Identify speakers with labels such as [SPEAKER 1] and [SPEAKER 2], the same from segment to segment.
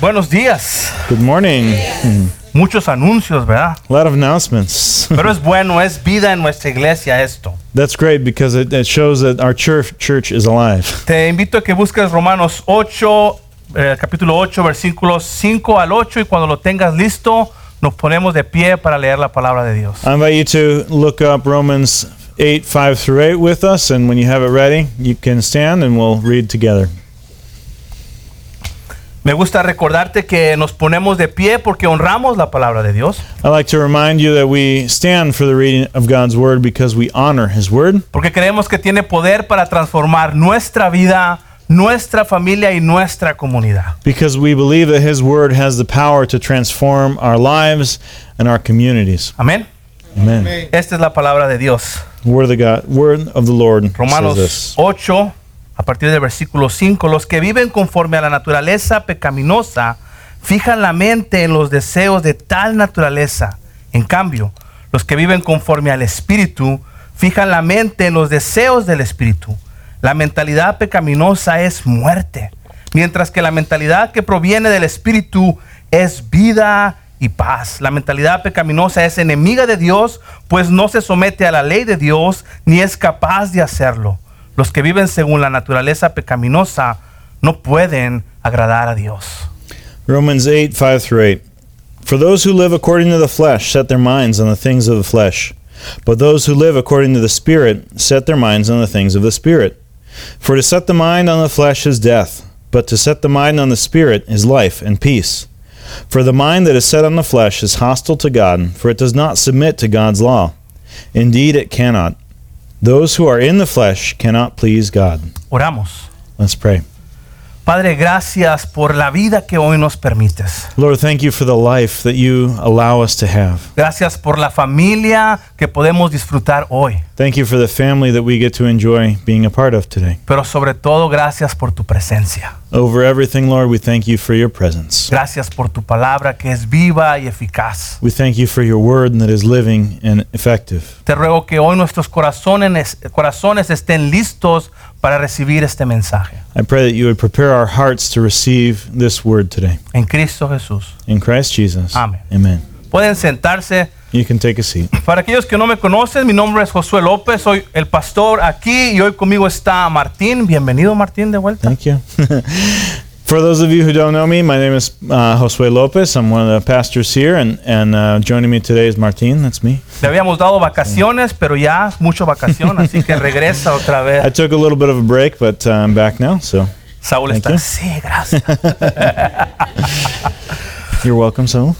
[SPEAKER 1] Buenos días.
[SPEAKER 2] Good morning.
[SPEAKER 1] Muchos anuncios, ¿verdad?
[SPEAKER 2] A lot of announcements.
[SPEAKER 1] Pero es bueno, es vida en nuestra iglesia esto.
[SPEAKER 2] That's great because it, it shows that our church, church is alive.
[SPEAKER 1] Te invito a que busques Romanos 8, eh, capítulo 8, versículos 5 al 8 y cuando lo tengas listo, nos ponemos de pie para leer la palabra de Dios.
[SPEAKER 2] I invite you to look up Romans 8, 5 through 8 with us, and when you have it ready, you can stand and we'll read together.
[SPEAKER 1] Me gusta recordarte que nos ponemos de pie porque honramos la palabra de Dios,
[SPEAKER 2] I'd like to remind you that we stand for the reading of God's Word because we honor His Word,
[SPEAKER 1] porque creemos que tiene poder para transformar nuestra vida, nuestra familia y nuestra comunidad.
[SPEAKER 2] because we believe that His Word has the power to transform our lives and our communities.
[SPEAKER 1] Amén.
[SPEAKER 2] Amen.
[SPEAKER 1] Esta es la palabra de Dios.
[SPEAKER 2] Word of the God, Word of the Lord says
[SPEAKER 1] Romanos
[SPEAKER 2] this.
[SPEAKER 1] 8, a partir del versículo 5, los que viven conforme a la naturaleza pecaminosa fijan la mente en los deseos de tal naturaleza. En cambio, los que viven conforme al Espíritu fijan la mente en los deseos del Espíritu. La mentalidad pecaminosa es muerte, mientras que la mentalidad que proviene del Espíritu es vida y paz. La mentalidad pecaminosa es enemiga de Dios, pues no se somete a la ley de Dios ni es capaz de hacerlo. Los que viven según la naturaleza pecaminosa no pueden agradar a Dios.
[SPEAKER 2] Romans 8, 5 through 8. For those who live according to the flesh set their minds on the things of the flesh, but those who live according to the Spirit set their minds on the things of the Spirit. For to set the mind on the flesh is death, but to set the mind on the Spirit is life and peace. For the mind that is set on the flesh is hostile to God, for it does not submit to God's law. Indeed, it cannot. Those who are in the flesh cannot please God.
[SPEAKER 1] Oramos.
[SPEAKER 2] Let's pray.
[SPEAKER 1] Padre, gracias por la vida que hoy nos permites.
[SPEAKER 2] Lord, thank you for the life that you allow us to have.
[SPEAKER 1] Gracias por la familia que podemos disfrutar hoy.
[SPEAKER 2] Thank you for the family that we get to enjoy being a part of today.
[SPEAKER 1] Pero sobre todo, gracias por tu presencia.
[SPEAKER 2] Over everything, Lord, we thank you for your presence.
[SPEAKER 1] Gracias por tu palabra que es viva y eficaz.
[SPEAKER 2] We thank you for your word that is living and effective.
[SPEAKER 1] Te ruego que hoy nuestros corazones, corazones estén listos para recibir este mensaje.
[SPEAKER 2] I pray that you would prepare our hearts to receive this word today.
[SPEAKER 1] En Cristo Jesús.
[SPEAKER 2] In Christ Jesus.
[SPEAKER 1] Amen.
[SPEAKER 2] Amen.
[SPEAKER 1] Pueden sentarse.
[SPEAKER 2] You can take a seat.
[SPEAKER 1] Para aquellos que no me conocen, mi nombre es Josué López, soy el pastor aquí y hoy conmigo está Martín. Bienvenido Martín de vuelta.
[SPEAKER 2] Thank you. for those of you who don't know me, my name is uh, Josue Lopez. I'm one of the pastors here, and, and uh, joining me today is Martin. That's me.
[SPEAKER 1] Le habíamos dado vacaciones, pero ya es mucho vacación, así que regresa otra
[SPEAKER 2] I
[SPEAKER 1] vez.
[SPEAKER 2] took a little bit of a break, but uh, I'm back now, so
[SPEAKER 1] Saúl
[SPEAKER 2] Thank
[SPEAKER 1] está.
[SPEAKER 2] you.
[SPEAKER 1] Sí, gracias.
[SPEAKER 2] you're welcome, Saul.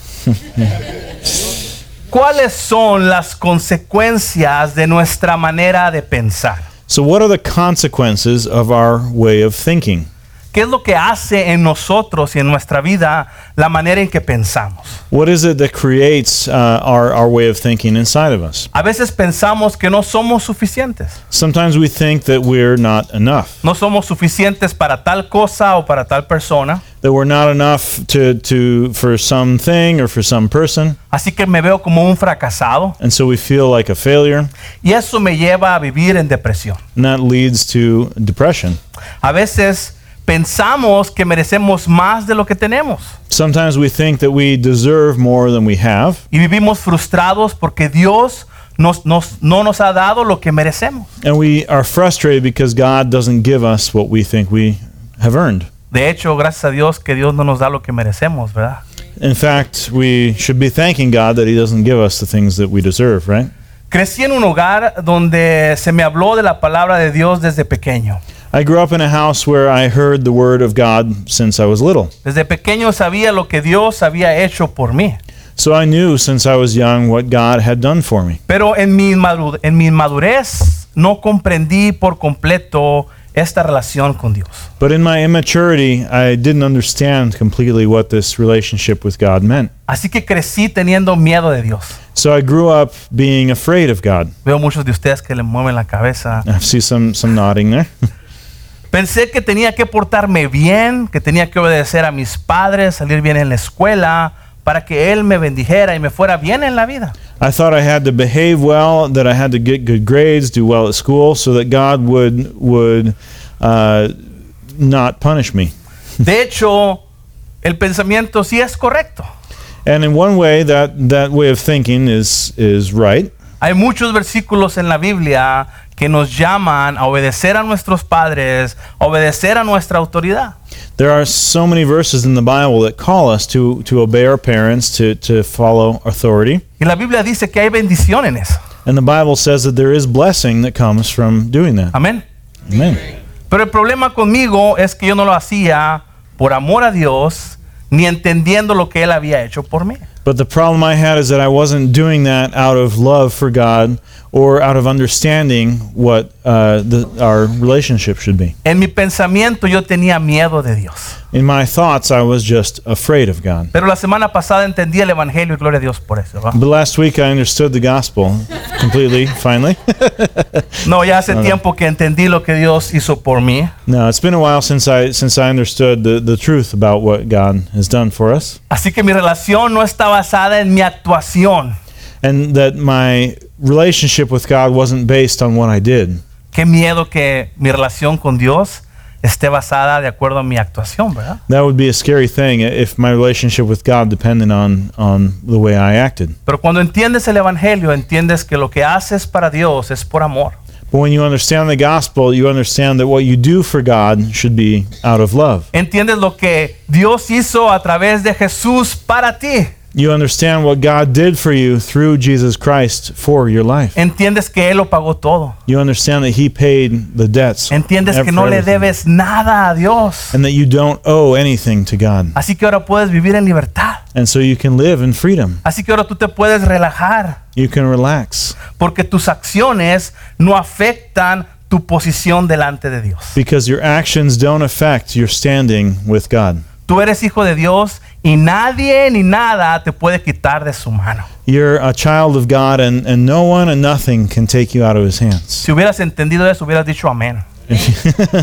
[SPEAKER 1] ¿Cuáles son las consecuencias de nuestra manera de pensar?
[SPEAKER 2] So, what are the consequences of our way of thinking?
[SPEAKER 1] ¿Qué es lo que hace en nosotros y en nuestra vida la manera en que pensamos?
[SPEAKER 2] What is it that creates uh, our, our way of thinking inside of us?
[SPEAKER 1] A veces pensamos que no somos suficientes.
[SPEAKER 2] Sometimes we think that we're not enough,
[SPEAKER 1] No somos suficientes para tal cosa o para tal persona.
[SPEAKER 2] that we're not enough to, to, for something or for some person,
[SPEAKER 1] Así que me veo como un fracasado
[SPEAKER 2] and so we feel like a failure,
[SPEAKER 1] y eso me lleva a vivir en depresión.
[SPEAKER 2] and that leads to depression.
[SPEAKER 1] A veces pensamos que merecemos más de lo que tenemos
[SPEAKER 2] Sometimes we think that we deserve more than we have,
[SPEAKER 1] y vivimos frustrados porque Dios nos- nos- no nos ha dado lo que merecemos.
[SPEAKER 2] and we are frustrated because God doesn't give us what we think we have earned.
[SPEAKER 1] De hecho, gracias a Dios que Dios no nos da lo que merecemos, ¿verdad?
[SPEAKER 2] In fact, we should be thanking God that He doesn't give us the things that we deserve, right?
[SPEAKER 1] Crecí en un hogar donde se me habló de la palabra de Dios desde pequeño.
[SPEAKER 2] I grew up in a house where I heard the word of God since I was little.
[SPEAKER 1] Desde pequeño sabía lo que Dios había hecho por mí.
[SPEAKER 2] So I knew since I was young what God had done for me.
[SPEAKER 1] Pero en mi, inmadu- en mi inmadurez no comprendí por completo esta relación con Dios.
[SPEAKER 2] But in my immaturity, I didn't understand completely what this relationship with God meant.
[SPEAKER 1] Así que crecí teniendo miedo de Dios.
[SPEAKER 2] So I grew up being afraid of God.
[SPEAKER 1] Veo muchos de ustedes que le mueven la cabeza.
[SPEAKER 2] I see some, some nodding there.
[SPEAKER 1] Pensé que tenía que portarme bien, que tenía que obedecer a mis padres, salir bien en la escuela, para que Él me bendijera y me fuera bien en la vida.
[SPEAKER 2] I thought I had to behave well, that I had to get good grades, do well at school, so that God would, would uh, not punish me.
[SPEAKER 1] De hecho, el pensamiento sí es correcto.
[SPEAKER 2] And in one way, that, that way of thinking is, is right.
[SPEAKER 1] Hay muchos versículos en la Biblia que nos llaman a obedecer a nuestros padres, a obedecer a nuestra autoridad.
[SPEAKER 2] There are so many verses in the Bible that call us to, to obey our parents, to, to follow authority.
[SPEAKER 1] Y la Biblia dice que hay bendición en eso.
[SPEAKER 2] And the Bible says that there is blessing that comes from doing that.
[SPEAKER 1] Amén.
[SPEAKER 2] Amen.
[SPEAKER 1] Pero el problema conmigo es que yo no lo hacía por amor a Dios, ni entendiendo lo que Él había hecho por mí.
[SPEAKER 2] But the problem I had is that I wasn't doing that out of love for God or out of understanding what uh, the, our relationship should be.
[SPEAKER 1] En mi pensamiento yo tenía miedo de Dios.
[SPEAKER 2] In my thoughts, I was just afraid of God.
[SPEAKER 1] Pero la semana pasada entendí el Evangelio y gloria a Dios por eso. ¿va?
[SPEAKER 2] But last week, I understood the gospel completely, finally.
[SPEAKER 1] No, ya hace tiempo que entendí lo que Dios hizo por mí.
[SPEAKER 2] no, it's been a while since I, since I understood the, the truth about what God has done for us.
[SPEAKER 1] Así que mi relación no está basada en mi actuación,
[SPEAKER 2] and that my relationship with God wasn't based on what I did.
[SPEAKER 1] qué miedo que mi relación con Dios esté basada de acuerdo a mi actuación, ¿verdad?
[SPEAKER 2] That would be a scary thing if my relationship with God depended on on the way I acted.
[SPEAKER 1] Pero cuando entiendes el Evangelio, entiendes que lo que haces para Dios es por amor.
[SPEAKER 2] But when you understand the gospel, you understand that what you do for God should be out of love.
[SPEAKER 1] Entiendes lo que Dios hizo a través de Jesús para ti.
[SPEAKER 2] You understand what God did for you through Jesus Christ for your life.
[SPEAKER 1] Entiendes que Él lo pagó todo.
[SPEAKER 2] You understand that He paid the debts.
[SPEAKER 1] Entiendes
[SPEAKER 2] for
[SPEAKER 1] que no le
[SPEAKER 2] everything.
[SPEAKER 1] debes nada a Dios.
[SPEAKER 2] And that you don't owe anything to God.
[SPEAKER 1] Así que ahora puedes vivir en libertad.
[SPEAKER 2] And so you can live in freedom.
[SPEAKER 1] Así que ahora tú te puedes relajar.
[SPEAKER 2] You can relax.
[SPEAKER 1] porque tus acciones no afectan tu posición delante de Dios.
[SPEAKER 2] Because your actions don't affect your standing with God.
[SPEAKER 1] Tú eres hijo de Dios y nadie ni nada te puede quitar de su mano.
[SPEAKER 2] You're a child of God, and, and no one and nothing can take you out of his hands.
[SPEAKER 1] Si hubieras entendido eso, hubieras dicho amén.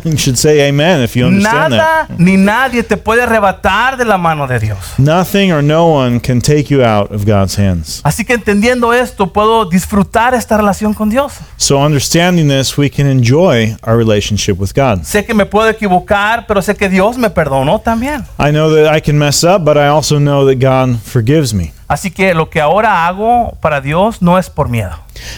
[SPEAKER 2] you should say amen if you understand that.
[SPEAKER 1] Nada ni nadie te puede arrebatar de la mano de Dios.
[SPEAKER 2] Nothing or no one can take you out of God's hands.
[SPEAKER 1] Así que entendiendo esto, puedo disfrutar esta relación con Dios.
[SPEAKER 2] So, understanding this, we can enjoy our relationship with God.
[SPEAKER 1] Sé que me puedo equivocar, pero sé que Dios me perdonó también.
[SPEAKER 2] I know that I can mess up, but I also know that God forgives me.
[SPEAKER 1] Así que lo que ahora hago para Dios no es por miedo,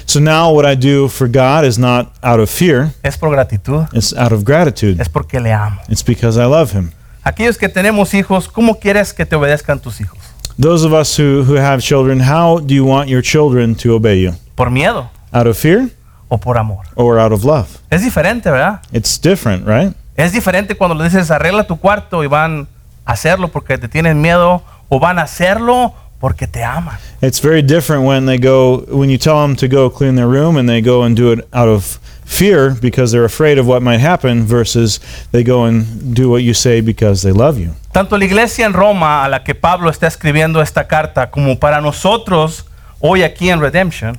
[SPEAKER 2] So, now what I do for God is not out of fear,
[SPEAKER 1] es por gratitud,
[SPEAKER 2] it's out of gratitude.
[SPEAKER 1] es porque le amo.
[SPEAKER 2] It's because I love him.
[SPEAKER 1] Aquellos que tenemos hijos, ¿cómo quieres que te obedezcan tus hijos?
[SPEAKER 2] Those of us who, who have children, how do you want your children to obey you?
[SPEAKER 1] ¿Por miedo
[SPEAKER 2] Out of fear
[SPEAKER 1] o por amor?
[SPEAKER 2] or out of love?
[SPEAKER 1] Es diferente, ¿verdad?
[SPEAKER 2] It's different, right?
[SPEAKER 1] Es diferente cuando le dices arregla tu cuarto y van a hacerlo porque te tienen miedo o van a hacerlo porque te aman.
[SPEAKER 2] It's very different when they go when you tell them to go clean their room and they go and do it out of fear because they're afraid of what might happen versus they go and do what you say because they love you.
[SPEAKER 1] Tanto la iglesia en Roma a la que Pablo está escribiendo esta carta como para nosotros hoy aquí en Redemption,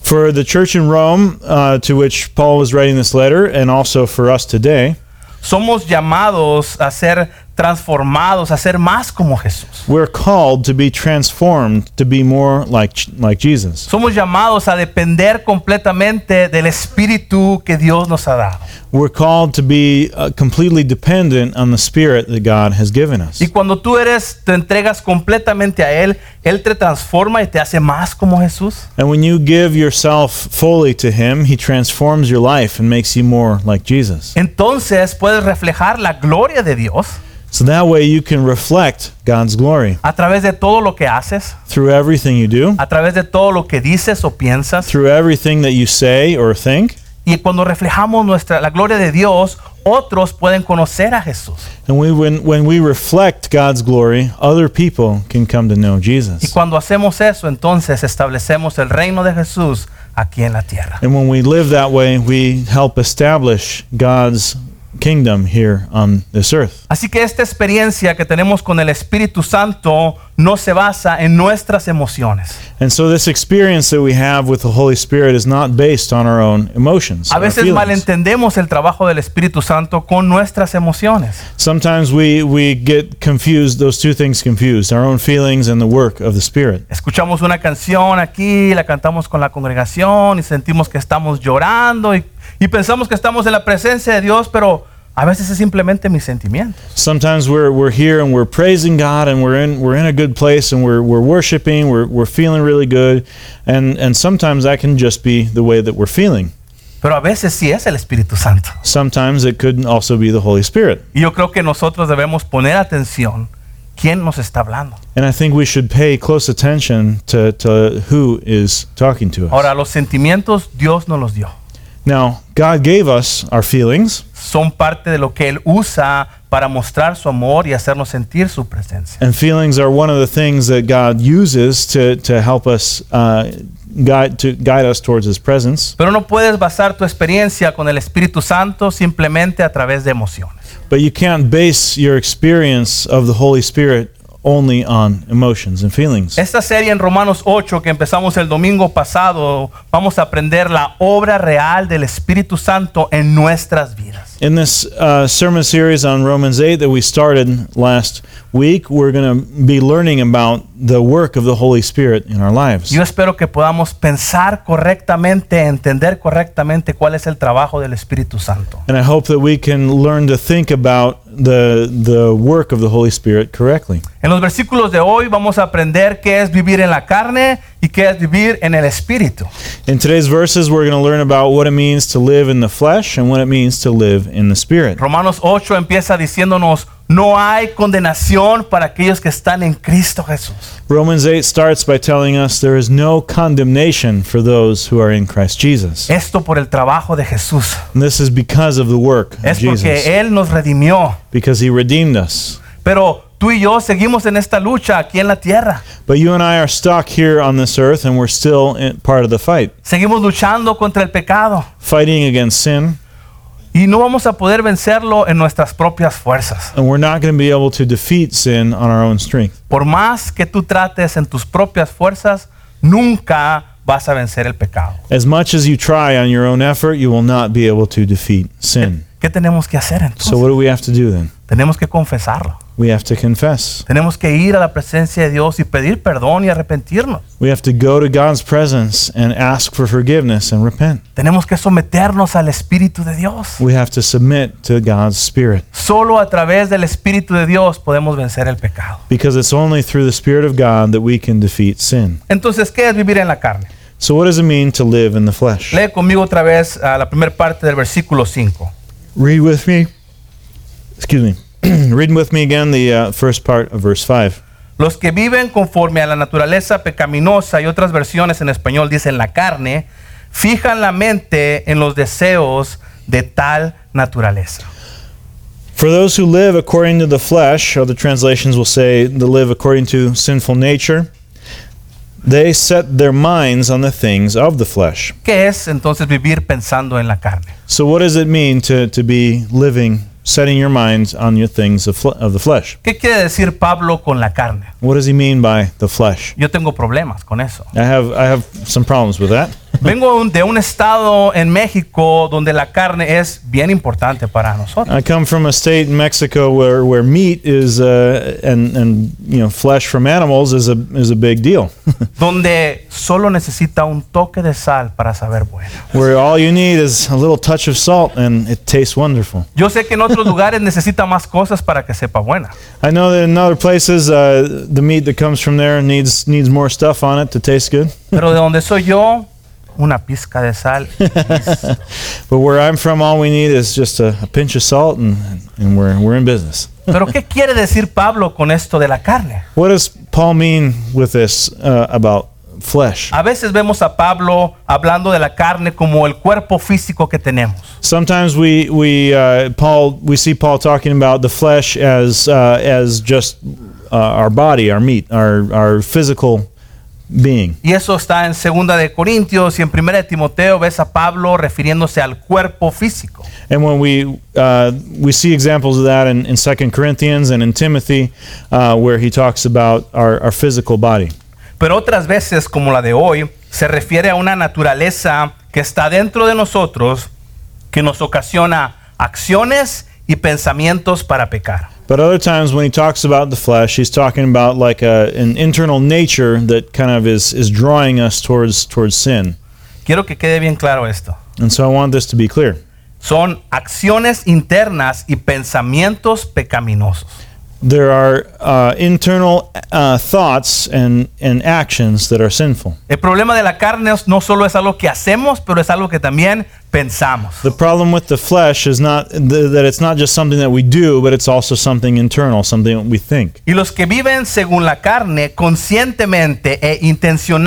[SPEAKER 2] For the church in Rome uh, to which Paul was writing this letter and also for us today,
[SPEAKER 1] somos llamados a ser transformados, a ser más como Jesús.
[SPEAKER 2] we're called to be transformed to be more like like Jesus.
[SPEAKER 1] Somos llamados a depender completamente del Espíritu que Dios nos ha dado.
[SPEAKER 2] We're called to be uh, completely dependent on the Spirit that God has given us.
[SPEAKER 1] Y cuando tú eres, te entregas completamente a Él, Él te transforma y te hace más como Jesús.
[SPEAKER 2] And when you give yourself fully to Him, He transforms your life and makes you more like Jesus.
[SPEAKER 1] Entonces puedes reflejar la gloria de Dios
[SPEAKER 2] So that way you can reflect God's glory
[SPEAKER 1] a través de todo lo que haces,
[SPEAKER 2] through everything you do,
[SPEAKER 1] a través de todo lo que dices o piensas.
[SPEAKER 2] through everything that you say or think.
[SPEAKER 1] Y cuando reflejamos nuestra, la gloria de Dios, otros pueden conocer a Jesús.
[SPEAKER 2] And we, when, when we reflect God's glory, other people can come to know
[SPEAKER 1] Y
[SPEAKER 2] Jesus.
[SPEAKER 1] cuando hacemos eso, entonces establecemos el reino de Jesús aquí en la tierra.
[SPEAKER 2] And when we live that way, we help establish God's kingdom here on this earth.
[SPEAKER 1] Así que esta experiencia que tenemos con el Espíritu Santo no se basa en nuestras emociones.
[SPEAKER 2] And so this experience that we have with the Holy Spirit is not based on our own emotions.
[SPEAKER 1] A
[SPEAKER 2] our
[SPEAKER 1] veces
[SPEAKER 2] feelings.
[SPEAKER 1] malentendemos el trabajo del Espíritu Santo con nuestras emociones.
[SPEAKER 2] Sometimes we, we get confused, those two things confused, our own feelings and the work of the Spirit.
[SPEAKER 1] Escuchamos una canción aquí, la cantamos con la congregación y sentimos que estamos llorando y, y pensamos que estamos en la presencia de Dios, pero A veces es simplemente mis sentimientos.
[SPEAKER 2] Sometimes we're, we're here and we're praising God and we're in, we're in a good place and we're, we're worshiping, we're, we're feeling really good. And, and sometimes that can just be the way that we're feeling.
[SPEAKER 1] Pero a veces sí es el Espíritu Santo.
[SPEAKER 2] Sometimes it could also be the Holy Spirit.
[SPEAKER 1] Y yo creo que nosotros debemos poner atención quién nos está hablando.
[SPEAKER 2] And I think we should pay close attention to, to who is talking to us.
[SPEAKER 1] Ahora, los sentimientos Dios nos los dio.
[SPEAKER 2] Now, God gave us our feelings,
[SPEAKER 1] Son parte de lo que Él usa para mostrar su amor y hacernos sentir su presencia.
[SPEAKER 2] and feelings are one of the things that God uses to, to help us uh, guide, to guide us towards His presence.
[SPEAKER 1] Pero no puedes basar tu experiencia con el Espíritu Santo simplemente a través de emociones.
[SPEAKER 2] But you can't base your experience of the Holy Spirit only on emotions and feelings.
[SPEAKER 1] Esta serie en Romanos 8 que empezamos el domingo pasado, vamos a aprender la obra real del Espíritu Santo en nuestras vidas.
[SPEAKER 2] In this uh, sermon series on Romans 8 that we started last week, we're going to be learning about the work of the Holy Spirit in our lives.
[SPEAKER 1] Yo espero que podamos pensar correctamente, entender correctamente cuál es el trabajo del Espíritu Santo.
[SPEAKER 2] And I hope that we can learn to think about the, the work of the Holy Spirit correctly.
[SPEAKER 1] En los versículos de hoy vamos a aprender qué es vivir en la carne y qué es vivir en el Espíritu.
[SPEAKER 2] In today's verses, we're going to learn about what it means to live in the flesh and what it means to live in the spirit.
[SPEAKER 1] Romanos 8 empieza diciéndonos, no hay condenación para aquellos que están en Cristo Jesús.
[SPEAKER 2] Romans 8 starts by telling us there is no condemnation for those who are in Christ Jesus.
[SPEAKER 1] Esto por el trabajo de Jesús.
[SPEAKER 2] And this is because of the work of
[SPEAKER 1] Es
[SPEAKER 2] Jesus,
[SPEAKER 1] porque Él nos redimió.
[SPEAKER 2] because he redeemed us.
[SPEAKER 1] Pero tú y yo seguimos en esta lucha aquí en la tierra.
[SPEAKER 2] But you and I are stuck here on this earth and we're still in part of the fight,
[SPEAKER 1] Seguimos luchando contra el pecado.
[SPEAKER 2] fighting against sin,
[SPEAKER 1] Y no vamos a poder vencerlo en nuestras propias fuerzas.
[SPEAKER 2] and we're not going to be able to defeat sin on our own strength.
[SPEAKER 1] Por más que tú trates en tus propias fuerzas, nunca vas a vencer el pecado.
[SPEAKER 2] As much as you try on your own effort, you will not be able to defeat sin.
[SPEAKER 1] ¿Qué tenemos que hacer entonces?
[SPEAKER 2] So, what do we have to do then?
[SPEAKER 1] Tenemos que confesarlo.
[SPEAKER 2] We have to confess.
[SPEAKER 1] Tenemos que ir a la presencia de Dios y pedir perdón y arrepentirnos.
[SPEAKER 2] We have to go to God's presence and ask for forgiveness and repent.
[SPEAKER 1] Tenemos que someternos al Espíritu de Dios.
[SPEAKER 2] We have to submit to God's Spirit
[SPEAKER 1] Solo a través del Espíritu de Dios podemos vencer el pecado.
[SPEAKER 2] because it's only through the Spirit of God that we can defeat sin.
[SPEAKER 1] Entonces, ¿qué es vivir en la carne?
[SPEAKER 2] So, what does it mean to live in the flesh?
[SPEAKER 1] Lee conmigo otra vez a la primera parte del versículo 5.
[SPEAKER 2] Read with me. Excuse me. Read with me again the uh, first part of verse 5.
[SPEAKER 1] Los que viven conforme a la naturaleza pecaminosa y otras versiones en español dicen la carne, fijan la mente en los deseos de tal naturaleza.
[SPEAKER 2] For those who live according to the flesh, other translations will say, to live according to sinful nature, they set their minds on the things of the flesh.
[SPEAKER 1] ¿Qué es entonces vivir pensando en la carne?
[SPEAKER 2] So, what does it mean to, to be living, setting your minds on your things of, fle- of the flesh?
[SPEAKER 1] ¿Qué quiere decir Pablo con la carne?
[SPEAKER 2] What does he mean by the flesh?
[SPEAKER 1] Yo tengo problemas con eso.
[SPEAKER 2] I have, I have some problems with that.
[SPEAKER 1] Vengo un- de un estado en México donde la carne es bien importante para nosotros.
[SPEAKER 2] I come from a state in Mexico where, where meat is uh, and and you know flesh from animals is a is a big deal.
[SPEAKER 1] Donde solo necesita un toque de sal para saber bueno.
[SPEAKER 2] where all you need is a little touch of salt and it tastes wonderful.
[SPEAKER 1] Yo sé que en otros lugares necesita más cosas para que sepa buena.
[SPEAKER 2] I know that in other places uh, the meat that comes from there needs needs more stuff on it to taste good.
[SPEAKER 1] Pero de donde soy yo, una pizca de sal.
[SPEAKER 2] But where I'm from, all we need is just a, a pinch of salt and, and we're we're in business.
[SPEAKER 1] Pero ¿qué quiere decir Pablo con esto de la carne?
[SPEAKER 2] What does Paul mean with this uh, about flesh?
[SPEAKER 1] A veces vemos a Pablo hablando de la carne como el cuerpo físico que tenemos.
[SPEAKER 2] Sometimes we we uh, Paul we see Paul talking about the flesh as uh, as just uh, our body, our meat, our our physical being,
[SPEAKER 1] Y eso está en 2 de Corintios y en 1 de Timoteo ves a Pablo refiriéndose al cuerpo físico.
[SPEAKER 2] and when we uh, we see examples of that in in Second Corinthians and in Timothy, uh, where he talks about our our physical body.
[SPEAKER 1] Pero otras veces, como la de hoy, se refiere a una naturaleza que está dentro de nosotros que nos ocasiona acciones y pensamientos para pecar.
[SPEAKER 2] But other times when he talks about the flesh, he's talking about like a, an internal nature that kind of is is drawing us towards towards sin.
[SPEAKER 1] Quiero que quede bien claro esto.
[SPEAKER 2] And so I want this to be clear.
[SPEAKER 1] son acciones internas y pensamientos pecaminosos.
[SPEAKER 2] There are uh, internal uh, thoughts and, and actions that are sinful.
[SPEAKER 1] El problema de la carne es- no solo es algo que hacemos, pero es algo que también pensamos.
[SPEAKER 2] The problem with the flesh is not th- that it's not just something that we do, but it's also something internal, something that we think.
[SPEAKER 1] Y los que viven según la carne, conscientemente e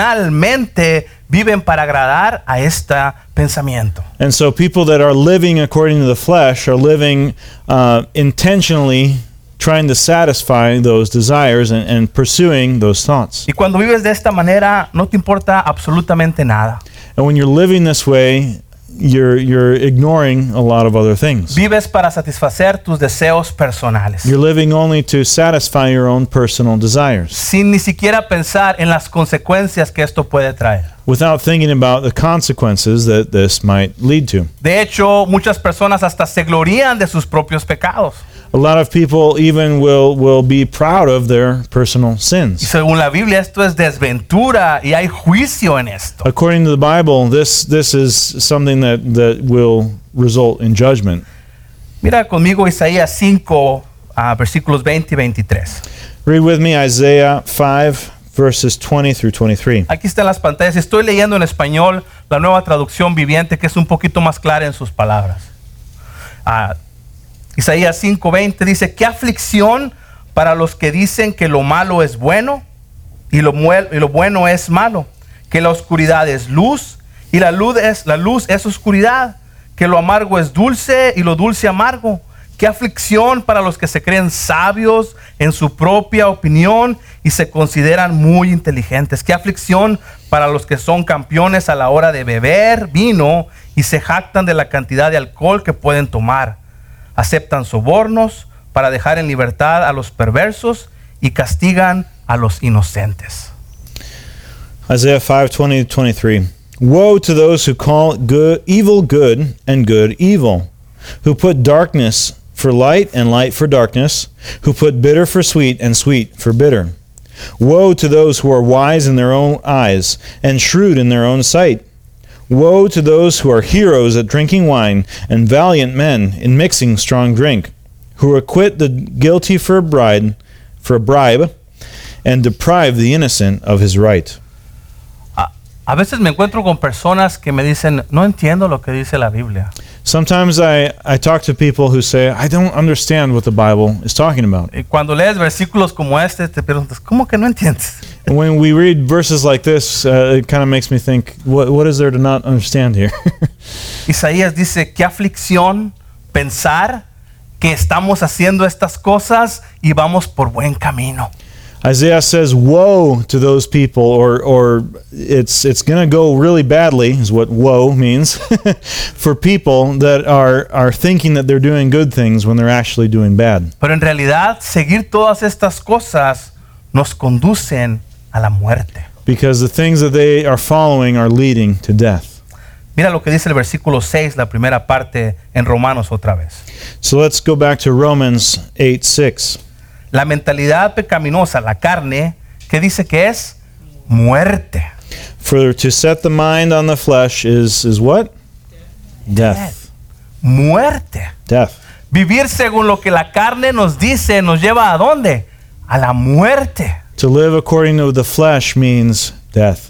[SPEAKER 1] intencionalmente, viven para agradar a este pensamiento.
[SPEAKER 2] And so people that are living according to the flesh are living uh, intentionally trying to satisfy those desires and, and pursuing those thoughts.
[SPEAKER 1] Y cuando vives de esta manera, no te importa absolutamente nada.
[SPEAKER 2] And when you're living this way, you're, you're ignoring a lot of other things.
[SPEAKER 1] Vives para satisfacer tus deseos personales,
[SPEAKER 2] You're living only to satisfy your own personal desires
[SPEAKER 1] sin ni siquiera pensar en las consecuencias que esto puede traer.
[SPEAKER 2] without thinking about the consequences that this might lead to.
[SPEAKER 1] De hecho, muchas personas hasta se glorían de sus propios pecados.
[SPEAKER 2] A lot of people even will, will be proud of their personal
[SPEAKER 1] Y
[SPEAKER 2] sins.
[SPEAKER 1] según la Biblia, esto es desventura y hay juicio en esto.
[SPEAKER 2] According to the Bible, this, this is something that, that will result in judgment.
[SPEAKER 1] Mira conmigo Isaías 5, ah, versículos 20 y 23.
[SPEAKER 2] Read with me Isaiah 5, verses 20 through 23.
[SPEAKER 1] Aquí están las pantallas. Estoy leyendo en español la nueva traducción viviente que es un poquito más clara en sus palabras. Ah, Isaías 5:20 dice, ¿qué aflicción para los que dicen que lo malo es bueno y lo, muel- y lo bueno es malo? Que la oscuridad es luz y la luz es, la luz es oscuridad. Que lo amargo es dulce y lo dulce amargo. Qué aflicción para los que se creen sabios en su propia opinión y se consideran muy inteligentes. Qué aflicción para los que son campeones a la hora de beber vino y se jactan de la cantidad de alcohol que pueden tomar aceptan sobornos para dejar en libertad a los perversos y castigan a los inocentes.
[SPEAKER 2] Isaiah 5, 20 to 23. Woe to those who call good, evil good and good evil, who put darkness for light and light for darkness, who put bitter for sweet and sweet for bitter. Woe to those who are wise in their own eyes and shrewd in their own sight. Woe to those who are heroes at drinking wine and valiant men in mixing strong drink, who acquit the guilty for a bride, for a bribe, and deprive the innocent of his right.
[SPEAKER 1] A veces me encuentro con personas que me dicen, no entiendo lo que dice la Biblia.
[SPEAKER 2] Sometimes I, I talk to people who say, I don't understand what the Bible is talking about.
[SPEAKER 1] Y cuando lees versículos como este, te preguntas, ¿cómo que no entiendes?
[SPEAKER 2] And when we read verses like this, uh, it kind of makes me think, what, what is there to not understand here?
[SPEAKER 1] Isaías dice, qué aflicción pensar que estamos haciendo estas cosas y vamos por buen camino.
[SPEAKER 2] Isaiah says, Woe to those people, or, or it's, it's going to go really badly, is what woe means, for people that are, are thinking that they're doing good things when they're actually doing bad.
[SPEAKER 1] Pero en realidad, seguir todas estas cosas nos conducen a la muerte.
[SPEAKER 2] Because the things that they are following are leading to death.
[SPEAKER 1] Mira lo que dice el versículo 6, la primera parte en Romanos otra vez.
[SPEAKER 2] So let's go back to Romans 8 6.
[SPEAKER 1] La mentalidad pecaminosa, la carne, que dice que es muerte.
[SPEAKER 2] For to set the mind on the flesh is is what? Death.
[SPEAKER 1] Muerte.
[SPEAKER 2] Death.
[SPEAKER 1] Vivir según lo que la carne nos dice nos lleva a dónde? A la muerte.
[SPEAKER 2] To live according to the flesh means death.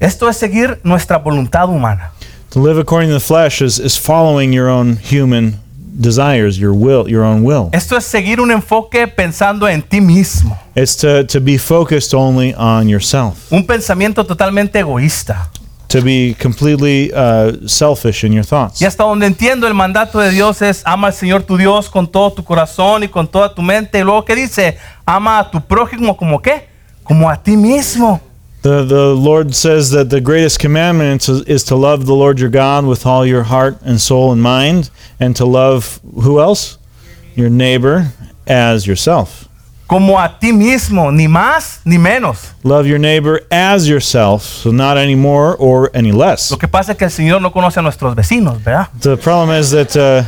[SPEAKER 1] Esto es seguir nuestra voluntad humana.
[SPEAKER 2] To live according to the flesh is, is following your own human desires, your will, your own will.
[SPEAKER 1] Esto es seguir un enfoque pensando en ti mismo.
[SPEAKER 2] It's to, to be focused only on yourself,
[SPEAKER 1] Un pensamiento totalmente egoísta.
[SPEAKER 2] to be completely uh, selfish in your thoughts.
[SPEAKER 1] Y hasta donde entiendo el mandato de Dios es ama al Señor tu Dios con todo tu corazón y con toda tu mente. Y luego que dice, ama a tu prójimo como qué? Como a ti mismo.
[SPEAKER 2] The, the Lord says that the greatest commandment is, is to love the Lord your God with all your heart and soul and mind, and to love who else? Your neighbor as yourself.
[SPEAKER 1] Como a ti mismo, ni más ni menos.
[SPEAKER 2] Love your neighbor as yourself, so not any more or any less.
[SPEAKER 1] Lo que pasa es que el Señor no conoce a nuestros vecinos, ¿verdad?
[SPEAKER 2] The problem is that uh,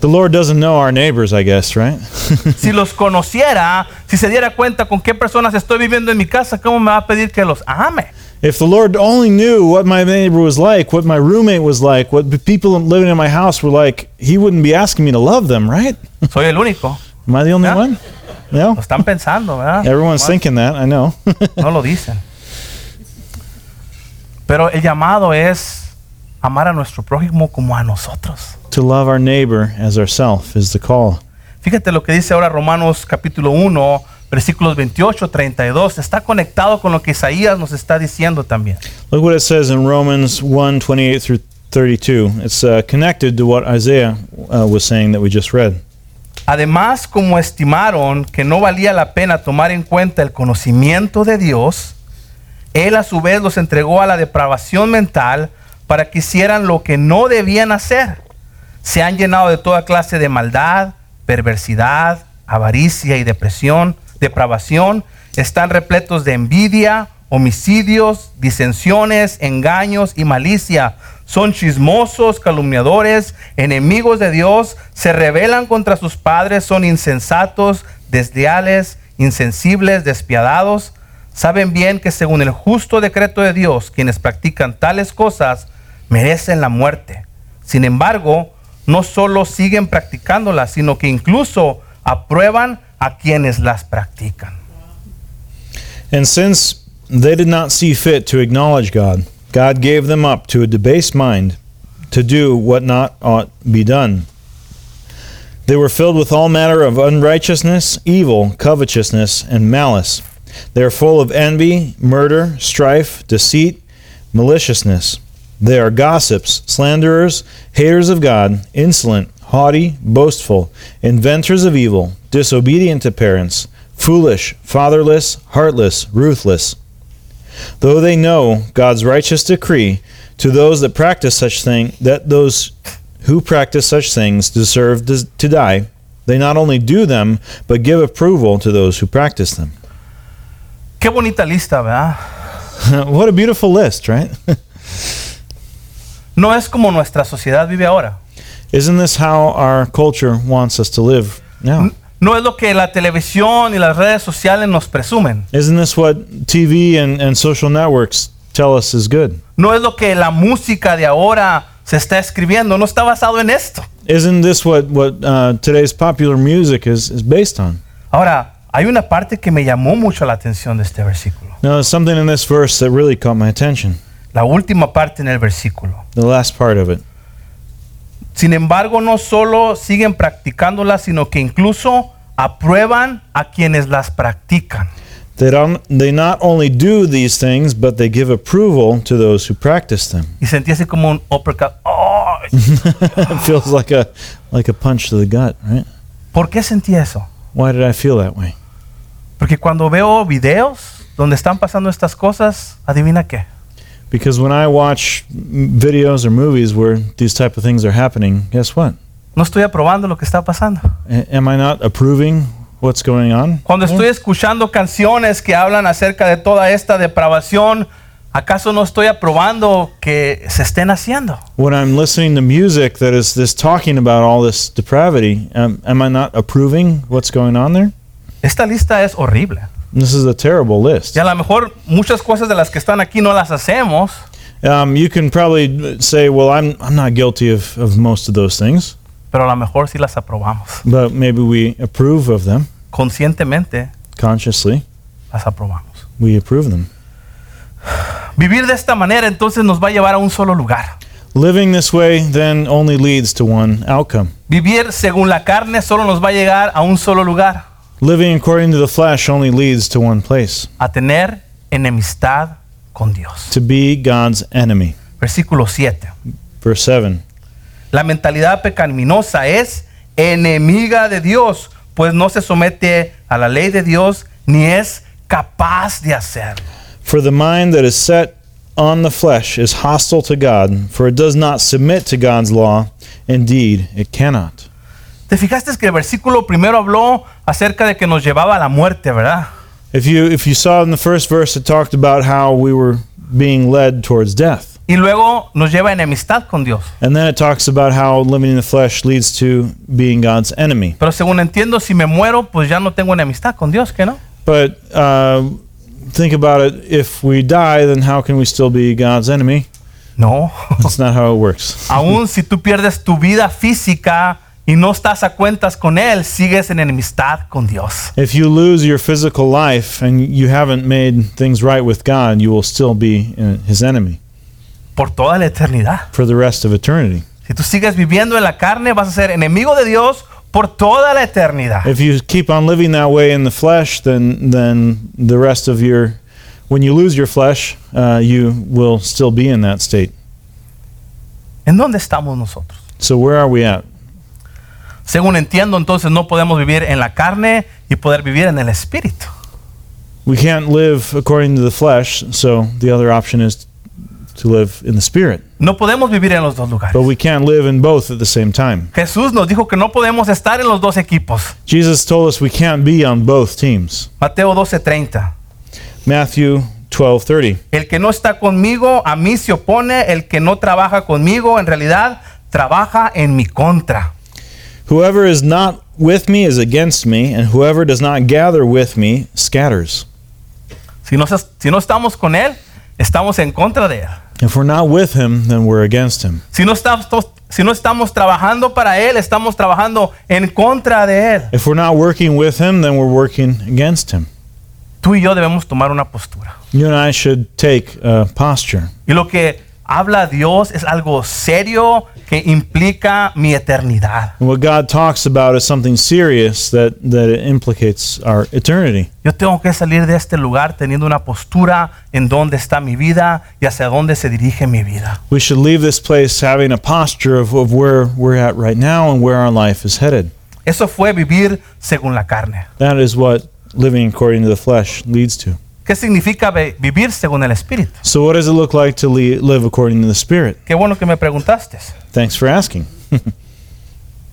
[SPEAKER 2] the Lord doesn't know our neighbors, I guess, right?
[SPEAKER 1] Si los conociera, si se diera cuenta con qué personas estoy viviendo en mi casa, ¿cómo me va a pedir que los ame?
[SPEAKER 2] If the Lord only knew what my neighbor was like, what my roommate was like, what the people living in my house were like, he wouldn't be asking me to love them, right?
[SPEAKER 1] Soy el único.
[SPEAKER 2] Am I the only
[SPEAKER 1] Yeah.
[SPEAKER 2] one? No?
[SPEAKER 1] Lo están pensando, ¿verdad?
[SPEAKER 2] Everyone's
[SPEAKER 1] Nomás
[SPEAKER 2] thinking that, I know.
[SPEAKER 1] No lo dicen. Pero el llamado es amar a nuestro prójimo como a nosotros.
[SPEAKER 2] to love our neighbor as ourself is the call.
[SPEAKER 1] Fíjate lo que dice ahora Romanos capítulo 1, versículos 28, 32. Está conectado con lo que Isaías nos está diciendo también.
[SPEAKER 2] Look what it says in Romans 1 28 through 32. It's uh, connected to what Isaiah uh, was saying that we just read.
[SPEAKER 1] Además, como estimaron que no valía la pena tomar en cuenta el conocimiento de Dios, Él a su vez los entregó a la depravación mental para que hicieran lo que no debían hacer. Se han llenado de toda clase de maldad, perversidad, avaricia y depresión, depravación. Están repletos de envidia, homicidios, disensiones, engaños y malicia. Son chismosos, calumniadores, enemigos de Dios, se rebelan contra sus padres, son insensatos, desleales, insensibles, despiadados. Saben bien que según el justo decreto de Dios, quienes practican tales cosas merecen la muerte. Sin embargo, no solo siguen practicándolas, sino que incluso aprueban a quienes las practican.
[SPEAKER 2] And since they did not see fit to acknowledge God, God gave them up to a debased mind to do what not ought be done. They were filled with all manner of unrighteousness, evil, covetousness, and malice. They are full of envy, murder, strife, deceit, maliciousness. They are gossips, slanderers, haters of God, insolent, haughty, boastful, inventors of evil, disobedient to parents, foolish, fatherless, heartless, ruthless. Though they know God's righteous decree to those that practice such thing that those who practice such things deserve to to die, they not only do them but give approval to those who practice them.
[SPEAKER 1] Qué bonita lista, ¿verdad?
[SPEAKER 2] what a beautiful list, right?
[SPEAKER 1] No es como nuestra sociedad vive ahora.
[SPEAKER 2] Isn't this how our culture wants us to live now?
[SPEAKER 1] No es lo que la televisión y las redes sociales nos presumen.
[SPEAKER 2] Isn't this what TV and, and social networks tell us is good?
[SPEAKER 1] No es lo que la música de ahora se está escribiendo. No está basado en esto.
[SPEAKER 2] Isn't this what, what uh, today's popular music is, is based on?
[SPEAKER 1] Ahora, hay una parte que me llamó mucho la atención de este versículo.
[SPEAKER 2] Now, there's something in this verse that really caught my attention.
[SPEAKER 1] La última parte en el versículo.
[SPEAKER 2] The last part of it.
[SPEAKER 1] Sin embargo, no solo siguen practicándolas, sino que incluso aprueban a quienes las practican.
[SPEAKER 2] They, don't, they not only do these things, but they give approval to those who practice them.
[SPEAKER 1] Y sentí así como un uppercut. ¡Oh!
[SPEAKER 2] It feels like a, like a punch to the gut, right?
[SPEAKER 1] ¿Por qué sentí eso?
[SPEAKER 2] Why did I feel that way?
[SPEAKER 1] Porque cuando veo videos donde están pasando estas cosas, adivina qué.
[SPEAKER 2] Because when I watch m- videos or movies where these type of things are happening, guess what?
[SPEAKER 1] No estoy aprobando lo que está pasando.
[SPEAKER 2] A- am I not approving what's going on?
[SPEAKER 1] Cuando estoy escuchando canciones que hablan acerca de toda esta depravación, ¿acaso no estoy aprobando que se estén haciendo?
[SPEAKER 2] When I'm listening to music that is this talking about all this depravity, am, am I not approving what's going on there?
[SPEAKER 1] Esta lista es horrible.
[SPEAKER 2] This is a terrible list.
[SPEAKER 1] Y a lo mejor muchas cosas de las que están aquí no las hacemos,
[SPEAKER 2] Um, you can probably say, well, I'm, I'm not guilty of, of most of those things,
[SPEAKER 1] pero a lo mejor sí las aprobamos.
[SPEAKER 2] but maybe we approve of them
[SPEAKER 1] Conscientemente
[SPEAKER 2] consciously.
[SPEAKER 1] las aprobamos.
[SPEAKER 2] We approve them.
[SPEAKER 1] Vivir de esta manera entonces nos va a llevar a un solo lugar.
[SPEAKER 2] Living this way then only leads to one outcome.
[SPEAKER 1] Vivir según la carne solo nos va a llegar a un solo lugar,
[SPEAKER 2] Living according to the flesh only leads to one place
[SPEAKER 1] a tener enemistad con Dios.
[SPEAKER 2] to be God's enemy.
[SPEAKER 1] Versículo 7.
[SPEAKER 2] Verse 7.
[SPEAKER 1] La mentalidad pecaminosa es enemiga de Dios, pues no se somete a la ley de Dios ni es capaz de hacerlo.
[SPEAKER 2] For the mind that is set on the flesh is hostile to God, for it does not submit to God's law. Indeed, it cannot.
[SPEAKER 1] ¿Te fijaste que el versículo primero habló acerca de que nos llevaba a la muerte, verdad?
[SPEAKER 2] If you if you saw in the first verse it talked about how we were being led towards death.
[SPEAKER 1] Y luego nos lleva a enemistad con Dios.
[SPEAKER 2] And then it talks about how living in the flesh leads to being God's enemy.
[SPEAKER 1] Pero según entiendo, si me muero, pues ya no tengo enemistad con Dios, ¿qué no?
[SPEAKER 2] But uh, think about it, if we die, then how can we still be God's enemy?
[SPEAKER 1] No.
[SPEAKER 2] That's not how it works.
[SPEAKER 1] Aún si tú pierdes tu vida física y no estás a cuentas con Él, sigues en enemistad con Dios.
[SPEAKER 2] If you lose your physical life and you haven't made things right with God, you will still be uh, his enemy
[SPEAKER 1] Por toda la eternidad.
[SPEAKER 2] for the rest of eternity.
[SPEAKER 1] Si tú sigues viviendo en la carne, vas a ser enemigo de Dios por toda la eternidad.
[SPEAKER 2] If you keep on living that way in the flesh, then then the rest of your when you lose your flesh, uh, you will still be in that state.
[SPEAKER 1] ¿En dónde estamos nosotros?
[SPEAKER 2] So where are we at?
[SPEAKER 1] Según entiendo, entonces no podemos vivir en la carne y poder vivir en el espíritu.
[SPEAKER 2] We can't live according to the flesh, so the other option is to live in the spirit.
[SPEAKER 1] No podemos vivir en los dos lugares.
[SPEAKER 2] But we can't live in both at the same time.
[SPEAKER 1] Jesús nos dijo que no podemos estar en los dos equipos.
[SPEAKER 2] Jesus told us we can't be on both teams.
[SPEAKER 1] Mateo 12:30.
[SPEAKER 2] Matthew 12:30.
[SPEAKER 1] El que no está conmigo, a mí se opone. El que no trabaja conmigo, en realidad, trabaja en mi contra.
[SPEAKER 2] Whoever is not with me is against me, and whoever does not gather with me scatters.
[SPEAKER 1] Si no, es- si no estamos con Él, estamos en contra de Él.
[SPEAKER 2] If we're not with him, then we're against him.
[SPEAKER 1] Si no, estamos, si no estamos trabajando para Él, estamos trabajando en contra de Él.
[SPEAKER 2] If we're not working with him, then we're working against him.
[SPEAKER 1] Tú y yo debemos tomar una postura.
[SPEAKER 2] You and I should take a posture.
[SPEAKER 1] Y lo que habla Dios es algo serio que implica mi eternidad.
[SPEAKER 2] And what God talks about is something serious that, that it implicates our eternity.
[SPEAKER 1] Yo tengo que salir de este lugar teniendo una postura en dónde está mi vida y hacia dónde se dirige mi vida.
[SPEAKER 2] We should leave this place having a posture of, of where we're at right now and where our life is headed.
[SPEAKER 1] Eso fue vivir según la carne.
[SPEAKER 2] That is what living according to the flesh leads to.
[SPEAKER 1] ¿Qué significa ve- vivir según el Espíritu?
[SPEAKER 2] So, what does it look like to le- live according to the Spirit?
[SPEAKER 1] Qué bueno que me preguntaste.
[SPEAKER 2] Thanks for asking.